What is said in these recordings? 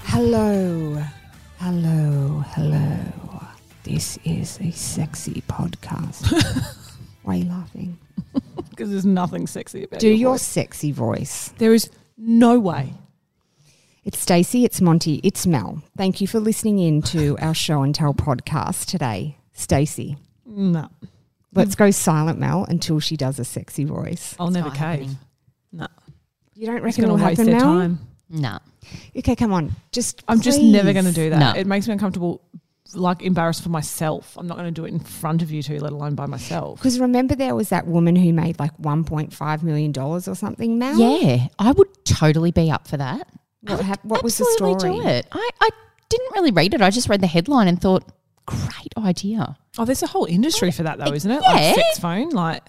Hello, hello, hello. This is a sexy podcast. Why are you laughing? because there's nothing sexy about Do your your voice. sexy voice. There is no way. It's Stacey, it's Monty, it's Mel. Thank you for listening in to our show and tell podcast today. Stacey, No, let's go silent Mel until she does a sexy voice. I'll It's never not cave. happening. No, You don't it's reckon going it'll to waste happen, their Mel? time. No. Okay, come on. Just I'm just never please. going to do that. No. It makes me uncomfortable, like embarrassed for myself. I'm not going to do it in front of you two, let alone by myself. Because remember, there was that woman who made like $1.5 million or something, Mel? Yeah, I would totally be up for that. What, I would hap- what was the absolutely story? Do it. I, I didn't really read it. I just read the headline and thought, great idea. Oh, there's a whole industry for that, though, isn't it? Yeah. Like sex phone, like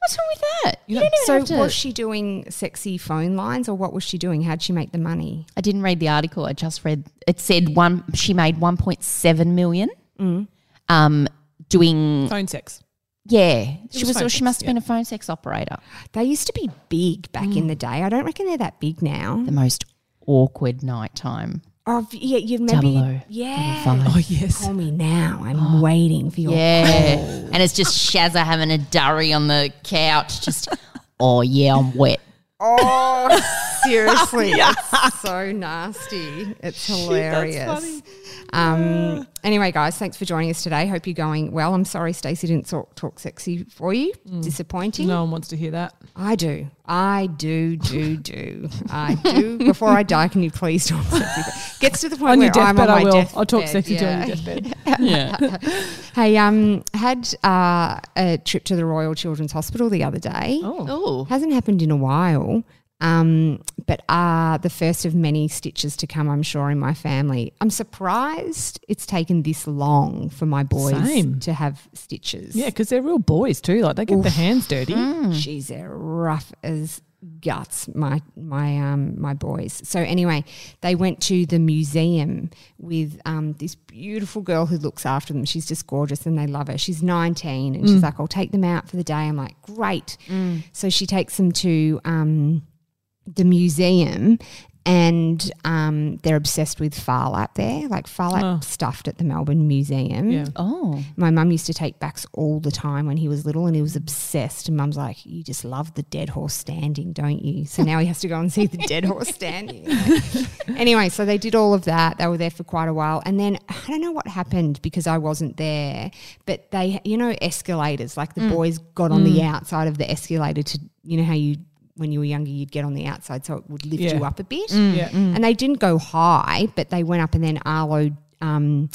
What's wrong with that? You, know, don't even So have to. was she doing sexy phone lines or what was she doing? How'd she make the money? I didn't read the article. I just read it said one. She made one point seven million. Mm. Um, doing phone sex. yeah, she was was. phone she sex, must have been a phone sex operator. They used to be big back in the day. I don't reckon they're that big now. The most awkward nighttime. Oh, v- yeah, you Double maybe O. yeah. Oh yes, Call me now. I'm waiting for your Yeah, and it's just Shazza having a durry on the couch. Just oh yeah, I'm wet. Oh, seriously, it's so nasty. It's hilarious. funny. Um, anyway, guys, thanks for joining us today. Hope you're going well. I'm sorry Stacey didn't talk, talk sexy for you. Disappointing. no one wants to hear that. I do. I do, do, do. I do. Before I die, can you please talk sexy? But gets to the point On your where I'm on deathbed, my I will. deathbed. I'll talk sexy to you on yeah. your deathbed. Yeah, Hey, um, had uh, a trip to the Royal Children's Hospital the other day. Oh, oh. Hasn't happened in a while. Um, but uh, the first of many stitches to come, I'm sure, in my family. I'm surprised it's taken this long for my boys Same. to have stitches. yeah, because they're real boys too. Like they get their hands dirty. She's they're rough as guts, my my um my boys. So anyway, they went to the museum with um this beautiful girl who looks after them. She's just gorgeous and they love her. She's 19 and Mm. she's like, I'll take them out for the day. I'm like, great. So she takes them to um the museum and um, they're obsessed with Farlap there, like Farlap Oh. stuffed at the Melbourne Museum. Yeah. Oh, My mum used to take backs all the time when he was little and he was obsessed. And mum's like, You just love the dead horse standing, don't you? So now he has to go and see the dead horse standing. anyway, so they did all of that. They were there for quite a while. And then I don't know what happened because I wasn't there, but they, you know, escalators, like the boys got on the outside of the escalator to, you know, how you, when you were younger, you'd get on the outside so it would lift Yeah. Mm. you up a bit. Yeah. And they didn't go high, but they went up and then Arlo um,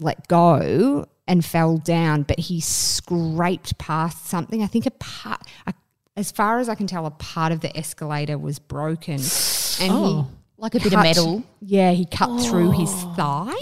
let go and fell down, but he scraped past something. I think a part, a, as far as I can tell, a part of the escalator was broken. And Oh. like a he bit cut, of metal. Yeah, he cut through his thigh.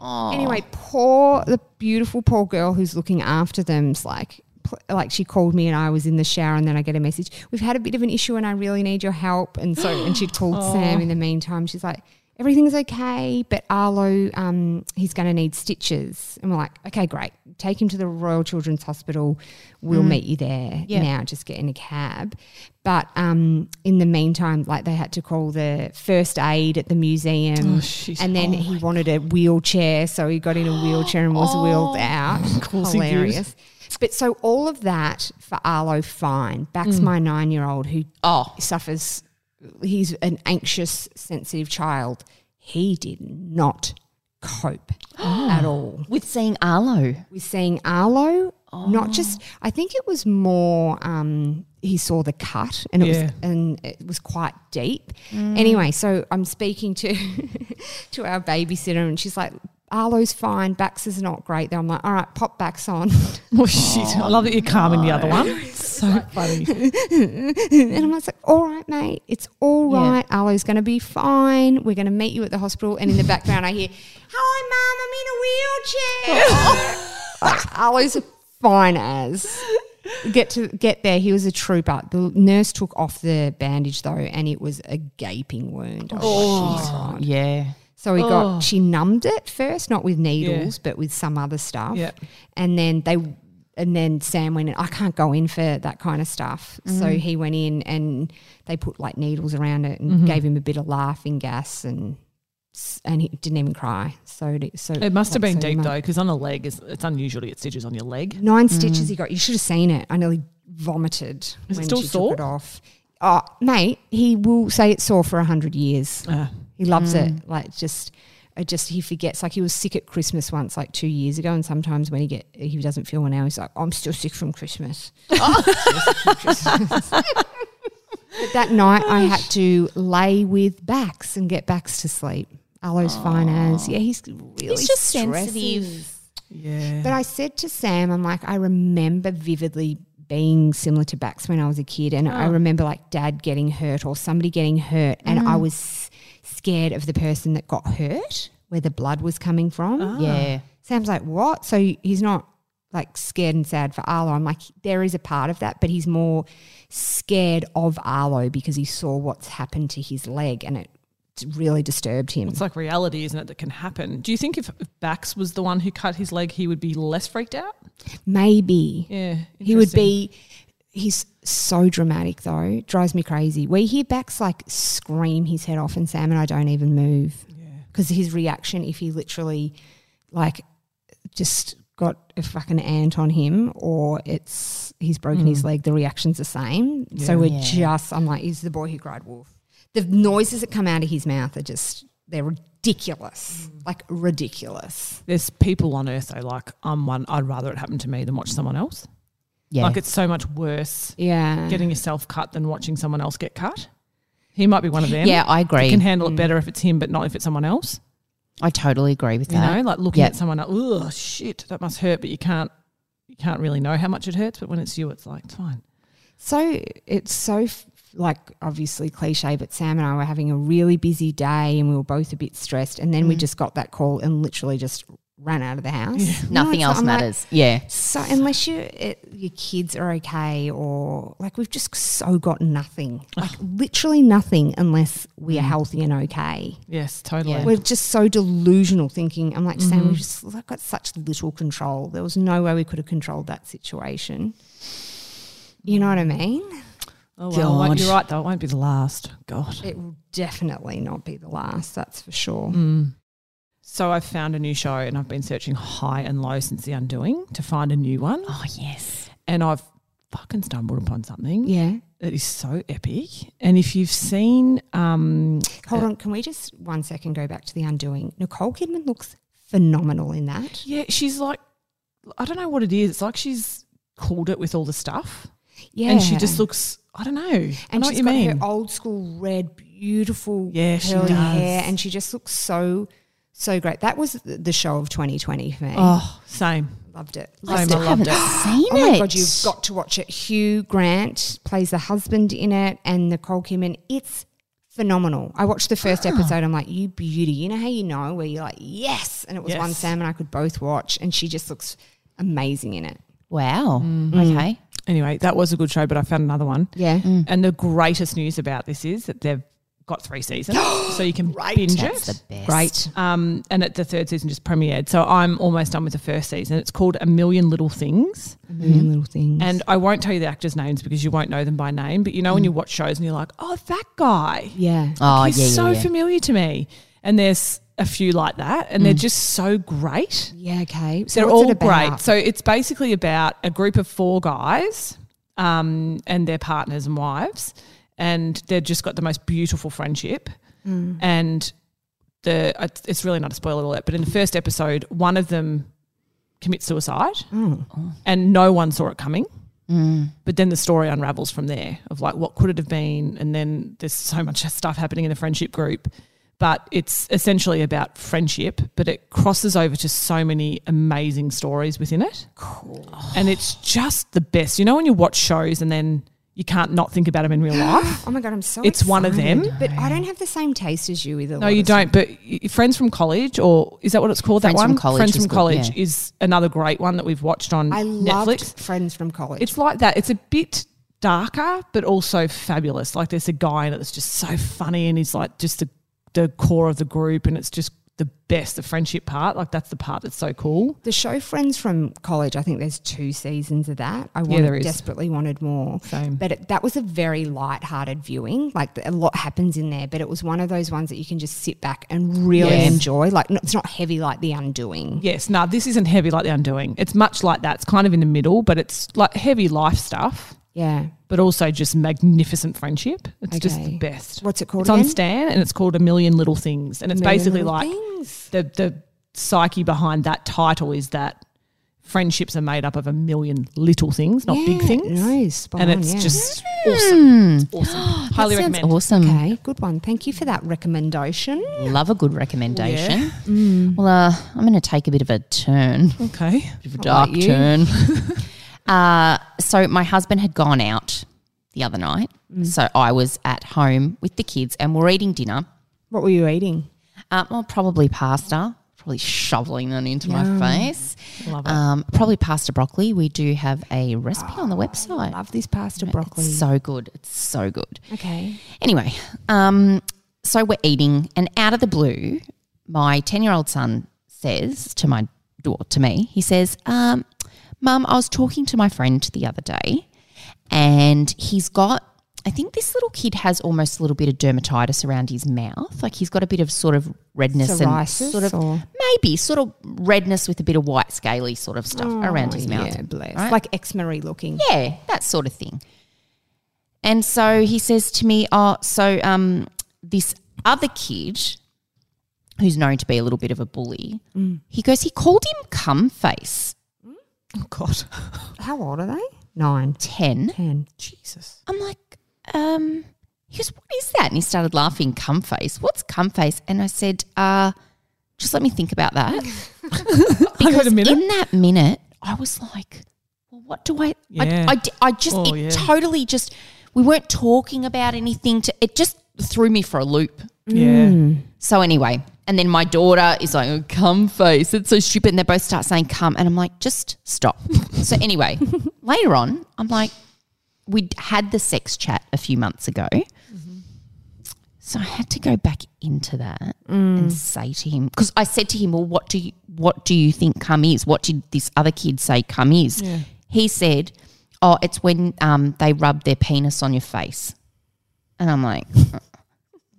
Oh, Anyway, poor, the beautiful poor girl who's looking after them's like, pl- like she called me and I was in the shower and then I get a message. We've had a bit of an issue and I really need your help. And so, and she called Sam in the meantime. She's like, everything's okay, but Arlo, um, he's going to need stitches. And we're like, okay, great. Take him to the Royal Children's Hospital. Mm. We'll meet you there Yeah. now. Just get in a cab. But um, in the meantime, like they had to call the first aid at the museum. Oh, she's- and then oh he wanted a wheelchair, so he got in a wheelchair and was wheeled out. course he did. Hilarious. But so all of that for Arlo fine. Backs my nine year old who Oh. suffers he's an anxious, sensitive child. He did not cope at all with seeing Arlo. with seeing Arlo. Not just I think it was more um, he saw the cut and it Yeah. was and it was quite deep. Anyway, so I'm speaking to to our babysitter and she's like, Arlo's fine, Bax is not great though. I'm like, all right, pop Bax on. Well, Oh, shit. I love that you're calming the other one. So funny. And I'm like, all right, mate, it's all Yeah. right. Arlo's going to be fine. We're going to meet you at the hospital. And in the background, I hear, hi, mum, I'm in a wheelchair. Arlo's fine as. Get to get there. He was a trooper. The nurse took off the bandage though, and it was a gaping wound. Oh, she's right. Yeah. So he Oh. got she numbed it first, not with needles, but with some other stuff. Yep. And then they and then Sam went in, I can't go in for that kind of stuff. So Mm-hmm. he went Mm-hmm. in and they put like needles around it and gave him a bit of laughing gas and S- and he didn't even cry. So di- so It must have like, been so deep mu- though, Mm. because on a leg, is, it's unusual to get stitches on your leg. Nine stitches he got. You should have seen it. I nearly vomited it when still she sore? took it off. Oh, mate, he will say it's sore for a hundred years. Uh, He loves it. Like just, it just he forgets. Like he was sick at Christmas once, like two years ago. And sometimes when he get he doesn't feel well now, he's like, I'm still sick from Christmas. Still sick from Christmas. but that night, I had to lay with Bax and get Bax to sleep. Aloe's fine as yeah, he's really He's just stressy. sensitive. yeah. But I said to Sam, I'm like, I remember vividly being similar to Bax when I was a kid. And Oh. I remember like dad getting hurt or somebody getting hurt. And Mm. I was scared of the person that got hurt, where the blood was coming from. Oh. Yeah. Sam's like, what? So he's not like scared and sad for Arlo. I'm like, there is a part of that, but he's more scared of Arlo because he saw what's happened to his leg and it really disturbed him. It's like reality, isn't it, that can happen. Do you think if Bax was the one who cut his leg, he would be less freaked out? Maybe. Yeah. He would interesting. be. He's so dramatic though, drives me crazy. We hear Bax like scream his head off, and Sam and I don't even move because his reaction, if he literally like just got a fucking ant on him or it's he's broken his leg, the reaction's the same. So we're Yeah. just, I'm like, is the boy who cried wolf? The noises that come out of his mouth are just, they're ridiculous, like ridiculous. There's people on earth though, like I'm one I'd rather it happen to me than watch someone else. Yeah. Like it's so much worse Yeah. getting yourself cut than watching someone else get cut. He might be one of them. yeah, I agree. Can handle it better if it's him, but not if it's someone else. I totally agree with You that. know, like looking Yep. at someone else, oh shit, that must hurt, but you can't you can't really know how much it hurts, but when it's you, it's like it's fine. so it's so f- like obviously cliche but sam and i were having a really busy day and we were both a bit stressed and then we just got that call and literally just ran out of the house No, Nothing it's- else I'm like, matters. yeah. so unless you it, your kids are okay or like we've just so got nothing like literally nothing unless we are healthy and okay Yes, totally. Yeah. we're just so delusional thinking i'm like sam we've just like, got such little control there was no way we could have controlled that situation you know what i mean Oh well, like, God. you're right though. It won't be the last. God. It will definitely not be the last, that's for sure. Mm. So I've found a new show, and I've been searching high and low since The Undoing to find a new one, Oh yes. and I've fucking stumbled upon something Yeah. that is so epic. And if you've seen, um, Hold on, can we just one second go back to the undoing? Nicole Kidman looks phenomenal in that. yeah, she's like, I don't know what it is. It's like she's called it with all the stuff, Yeah. and she just looks. I don't know. And I and she's know what you got mean. her old school red, beautiful Yeah, she curly does. hair, and she just looks so so great. That was the the show of 2020 for me. oh, same. Loved it. I Same, still I loved haven't it. seen Oh it. my god, you've got to watch it. Hugh Grant plays the husband in it, and Nicole Kidman. It's phenomenal. I watched the first episode. I'm like, you beauty. You know how you know where you're like, yes, and it was one Yes. Sam and I could both watch, and she just looks amazing in it. Wow. Okay. Anyway, that was a good show, but I found another one. Yeah, Mm. And the greatest news about this is that they've got three seasons, so you can binge That's it. the best. great. Um, and it, the third season just premiered. So I'm almost done with the first season. It's called A Million Little Things. A million little things. Mm-hmm. And I won't tell you the actors' names because you won't know them by name. But you know, when you watch shows and you're like, oh, that guy. yeah, Mm. Oh He's yeah, yeah, so yeah. familiar to me. And there's a few like that. Mm. And they're just so great. yeah. Okay, So they're what's it all great. about? So it's basically about a group of four guys um, and their partners and wives, and they've just got the most beautiful friendship. Mm. And the it's- it's really not a spoiler alert, but in the first episode, one of them commits suicide, Mm. and no one saw it coming. But then the story unravels from there of like what could it have been, and then there's so much stuff happening in the friendship group. But it's essentially about friendship, but it crosses over to so many amazing stories within it, cool. and it's just the best. You know when you watch shows and then you can't not think about them in real life. Oh my god, I'm so. It's one of excited. them. but I don't have the same taste as you either. No, you don't. But y- friends from college, or is that what it's called? Friends that from one, College friends is from good, college, yeah. is another great one that we've watched on I Netflix. loved Friends from College. It's like that. It's a bit darker, but also fabulous. Like there's a guy in it that's just so funny, and he's like just the the core of the group, and it's just the best, the friendship part. Like that's the part that's so cool. The show Friends from College, I think there's two seasons of that. I there wanted, is. desperately wanted more. Same. But it, that was a very light-hearted viewing. Like a lot happens in there, but it was one of those ones that you can just sit back and really Yes. enjoy. Like no, it's not heavy like The Undoing. Yes, no, this isn't heavy like the undoing. It's much like that. It's kind of in the middle, but it's like heavy life stuff, Yeah. but also just magnificent friendship. It's just Okay. the best. What's it called It's on again? Stan and it's called A Million Little Things. And it's Million basically Little like Things. the the psyche behind that title is that friendships are made up of a million little things, not big Yeah, things. no, spot and on, it's yeah. just awesome. It's awesome. Highly that sounds recommend. awesome. Okay, good one. Thank you for that recommendation. Love a good recommendation. Well, uh, I'm going to take a bit of a turn, a Okay. bit of a dark you. turn. uh, so my husband had gone out the other night, so I was at home with the kids, and we're eating dinner. What were you eating? Uh, well, probably pasta. Probably shoveling them into my face. Love it. Um, probably pasta broccoli. We do have a recipe on the website. Love this pasta broccoli. It's so good. It's so good. okay. Anyway, um, so we're eating, and out of the blue, my ten-year-old son says to my door to me, he says, um, "Mum, I was talking to my friend the other day, and he's got." I think this little kid has almost a little bit of dermatitis around his mouth. Like he's got a bit of sort of redness Psoriasis and sort of or- maybe sort of redness with a bit of white scaly sort of stuff around his mouth. Oh, Yeah, bless. right? Like ex-Marie looking. Yeah, that sort of thing. And so he says to me, "Oh, so um, this other kid, who's known to be a little bit of a bully, he goes, he called him cum face Oh, God. How old are they? Nine. ten. Ten. Jesus. I'm like, um, he goes, what is that? And he started laughing. Cum face. What's cum face? And I said, uh, just let me think about that. Hang on a minute. in that minute, I was like, well, what do I? Yeah. I, I, di- I just, Oh, it yeah. totally just, we weren't talking about anything. To It just threw me for a loop. yeah. So, anyway, and then my daughter is like, oh, come face. It's so stupid. And they both start saying, come. And I'm like, just stop. so, anyway, later on, I'm like, we had the sex chat a few months ago. So I had to go back into that and say to him because I said to him, "Well, what do you what do you think cum is? What did this other kid say cum is?" He said, "Oh, it's when um, they rub their penis on your face," and I'm like,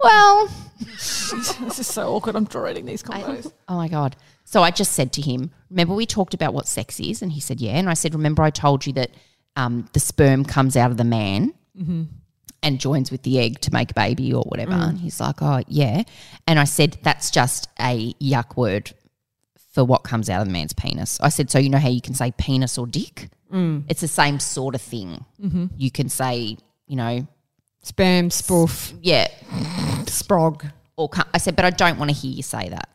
"Well, This is so awkward. I'm dreading these combos. Oh my God. So I just said to him, Remember, we talked about what sex is? And he said, Yeah. And I said, Remember, I told you that um, the sperm comes out of the man and joins with the egg to make a baby or whatever. And he's like, Oh, yeah. And I said, That's just a yuck word for what comes out of the man's penis. I said, So you know how you can say penis or dick? It's the same sort of thing. You can say, you know, Sperm, spoof, yeah, sprog. or come. I said, but I don't want to hear you say that.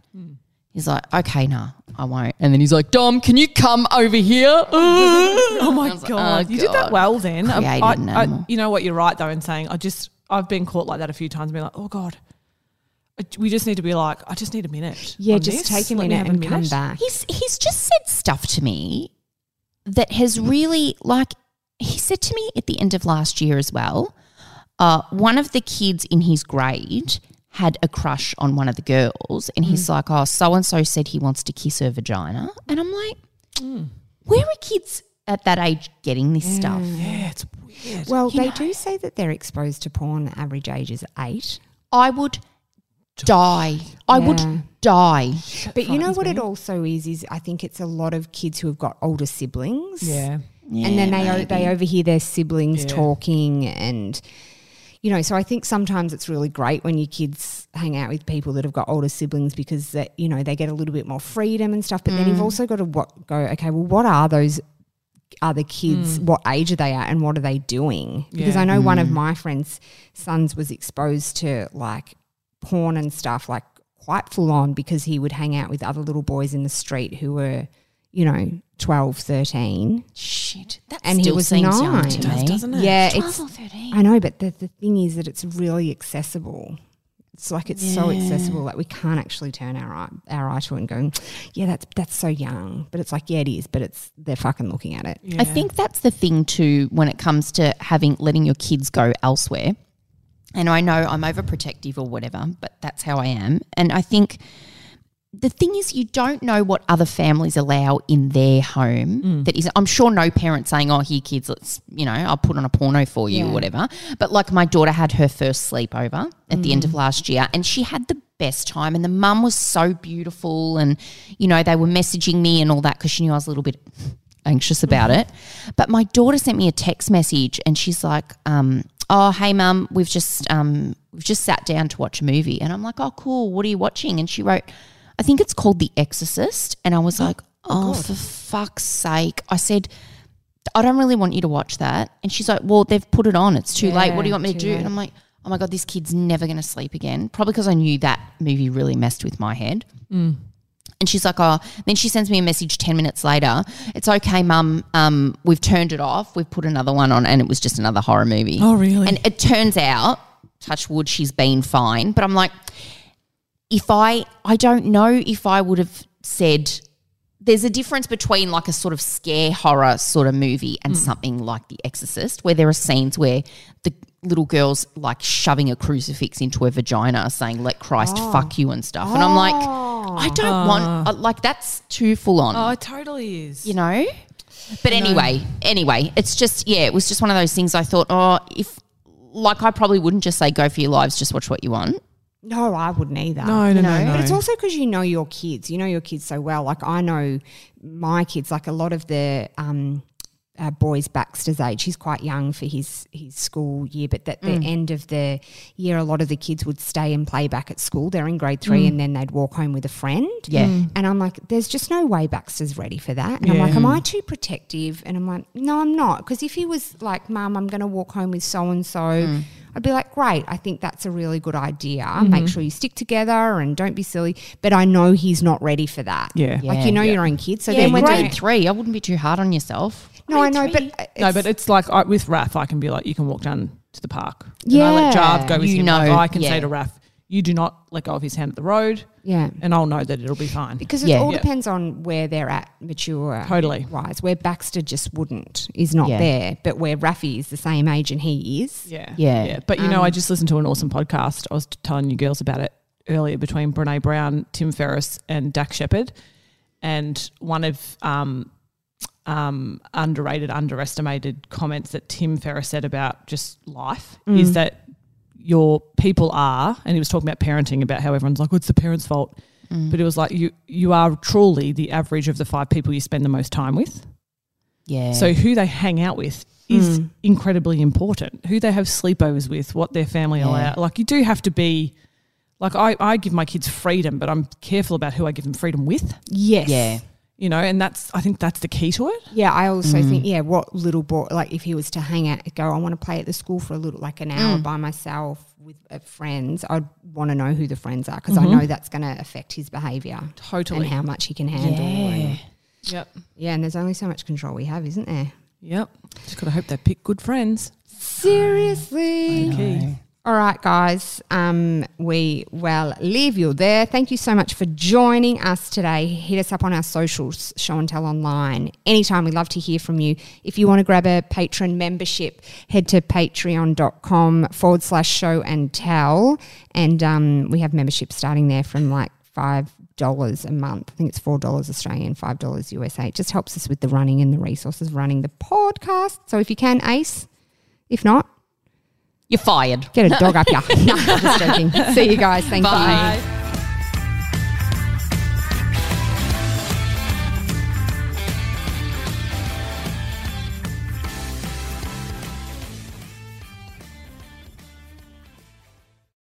He's like, okay, nah, I won't. Hmm. And then he's like, Dom, can you come over here? Oh my god. oh, you did that God. well then. I- Created I- an I- animal. you know what? You're right though in saying I just I've been caught like that a few times. Being like, oh god, I- we just need to be like, I just need a minute. Yeah, on just this. take a Let me minute have and come minute." back. He's he's just said stuff to me that has really like he said to me at the end of last year as well. Uh, one of the kids in his grade had a crush on one of the girls, and he's like, "Oh, so and so said he wants to kiss her vagina," and I'm like, Hmm. "Where are kids at that age getting this stuff?" Yeah, it's weird. Well, they do say that they're exposed to porn. The average age is eight. I would die. I Yeah. would die. But you know what it also is is I think it's a lot of kids who have got older siblings. yeah, and then they o- they overhear their siblings Yeah. talking and you know so i think sometimes it's really great when your kids hang out with people that have got older siblings because that you know they get a little bit more freedom and stuff but then Mm. you've also got to what, go okay well what are those other kids what age are they at and what are they doing because Mm. Yeah. Mm. i know one of my friends sons was exposed to like porn and stuff like quite full on because he would hang out with other little boys in the street who were you know 12 13 Shit. That And he still was seems young nine. to It does, me. doesn't it? yeah, 12 it's. or 13. I know, but the, the thing is that it's really accessible. It's like it's so accessible that we can't actually turn our eye, our eye to it and go, yeah, that's that's so young. But it's like, yeah, it is. But it's they're fucking looking at it. I think that's the thing too when it comes to having letting your kids go elsewhere. And I know I'm overprotective or whatever, but that's how I am. And I think the thing is you don't know what other families allow in their home that is i'm sure no parent saying oh here kids let's you know i'll put on a porno for you Yeah. or whatever but like my daughter had her first sleepover at the end of last year and she had the best time and the mum was so beautiful and you know they were messaging me and all that because she knew i was a little bit anxious about it but my daughter sent me a text message and she's like um, oh hey mum we've just um, we've just sat down to watch a movie and i'm like oh cool what are you watching and she wrote I think it's called The Exorcist. And I was like, oh, for fuck's sake. I said, I don't really want you to watch that. And she's like, well, they've put it on. It's too late. What do Yeah, you want me to too do? late. And I'm like, oh my God, this kid's never going to sleep again. Probably because I knew that movie really messed with my head. Mm. And she's like, oh, then she sends me a message 10 minutes later. It's okay, mum. Um, we've turned it off. We've put another one on. And it was just another horror movie. Oh, really? And it turns out, touch wood, she's been fine. But I'm like, if I, I don't know if I would have said, there's a difference between like a sort of scare horror sort of movie and something like The Exorcist, where there are scenes where the little girl's like shoving a crucifix into her vagina, saying, let Christ fuck you and stuff. And I'm like, I don't want, uh, like, that's too full on Oh, it totally is. you know. But anyway, anyway, it's just yeah, it was just one of those things. I thought, oh, if like I probably wouldn't just say go for your lives, just watch what you want. No, I wouldn't either. No, no, no, no. But it's also because you know your kids. You know your kids so well. Like I know my kids. Like a lot of the um, uh, boys Baxter's age. He's quite young for his his school year. But at the Mm. end of the year, a lot of the kids would stay and play back at school. They're in grade Mm. three, and then they'd walk home with a friend. Yeah. Mm. And I'm like, there's just no way Baxter's ready for that. And I'm like, am I too protective? And I'm like, no, I'm not. Because if he was like, Mum, I'm going to walk home with so and Mm. so. I'd be like, great, I think that's a really good idea. Mm-hmm. Make sure you stick together and don't be silly. But I know he's not ready for that. Yeah. Like, Yeah, you know yeah. your own kids. So Yeah, then in when grade three, I wouldn't be too hard on yourself. No, I know, but. it's- no, but it's like I, with Raf, I can be like, you can walk down to the park. And I let Yeah. Jarve go with You him. know, Like, I can yeah. say to Raf, you do not let go of his hand at the road, Yeah. and I'll know that it'll be fine. Because it Yeah. all Yeah. depends on where they're at, mature Totally. wise. Where Baxter just wouldn't is not Yeah. there, but where Rafi is the same age and he is. Yeah. Yeah. But you know, I just listened to an awesome podcast. I was telling you girls about it earlier between Brene Brown, Tim Ferriss, and Dak Shepard. And one of um, um, underrated, underestimated comments that Tim Ferriss said about just life is that your people are, and he was talking about parenting, about how everyone's like, "What's the parents' fault?" But it was like you you are truly the average of the five people you spend the most time with. Yeah. So who they hang out with is incredibly important. Who they have sleepovers with, what their family Yeah. allow. Like you do have to be like I, I give my kids freedom, but I'm careful about who I give them freedom with. Yes. yeah, You know, and that's I think that's the key to it. Yeah, I also think, yeah, what little boy, like if he was to hang out, go, I want to play at the school for a little, like an hour by myself with uh, friends, I'd want to know who the friends are because I know that's going to affect his behaviour Totally. and how much he can handle. And, Yep. yeah, and there's only so much control we have, isn't there? Yep. Just gotta hope they pick good friends. Seriously. Key. All right, guys. Um, we will leave you there. Thank you so much for joining us today. Hit us up on our socials, show and tell online. Anytime, we'd love to hear from you. If you want to grab a patron membership, head to patreon.com forward slash show and tell. And um, we have memberships starting there from like five dollars a month. I think it's four dollars Australian, five dollars USA. It just helps us with the running and the resources running the podcast. So if you can, Ace. If not, you're fired. Get a dog up your. No, just joking. See you guys. Thank you. Bye.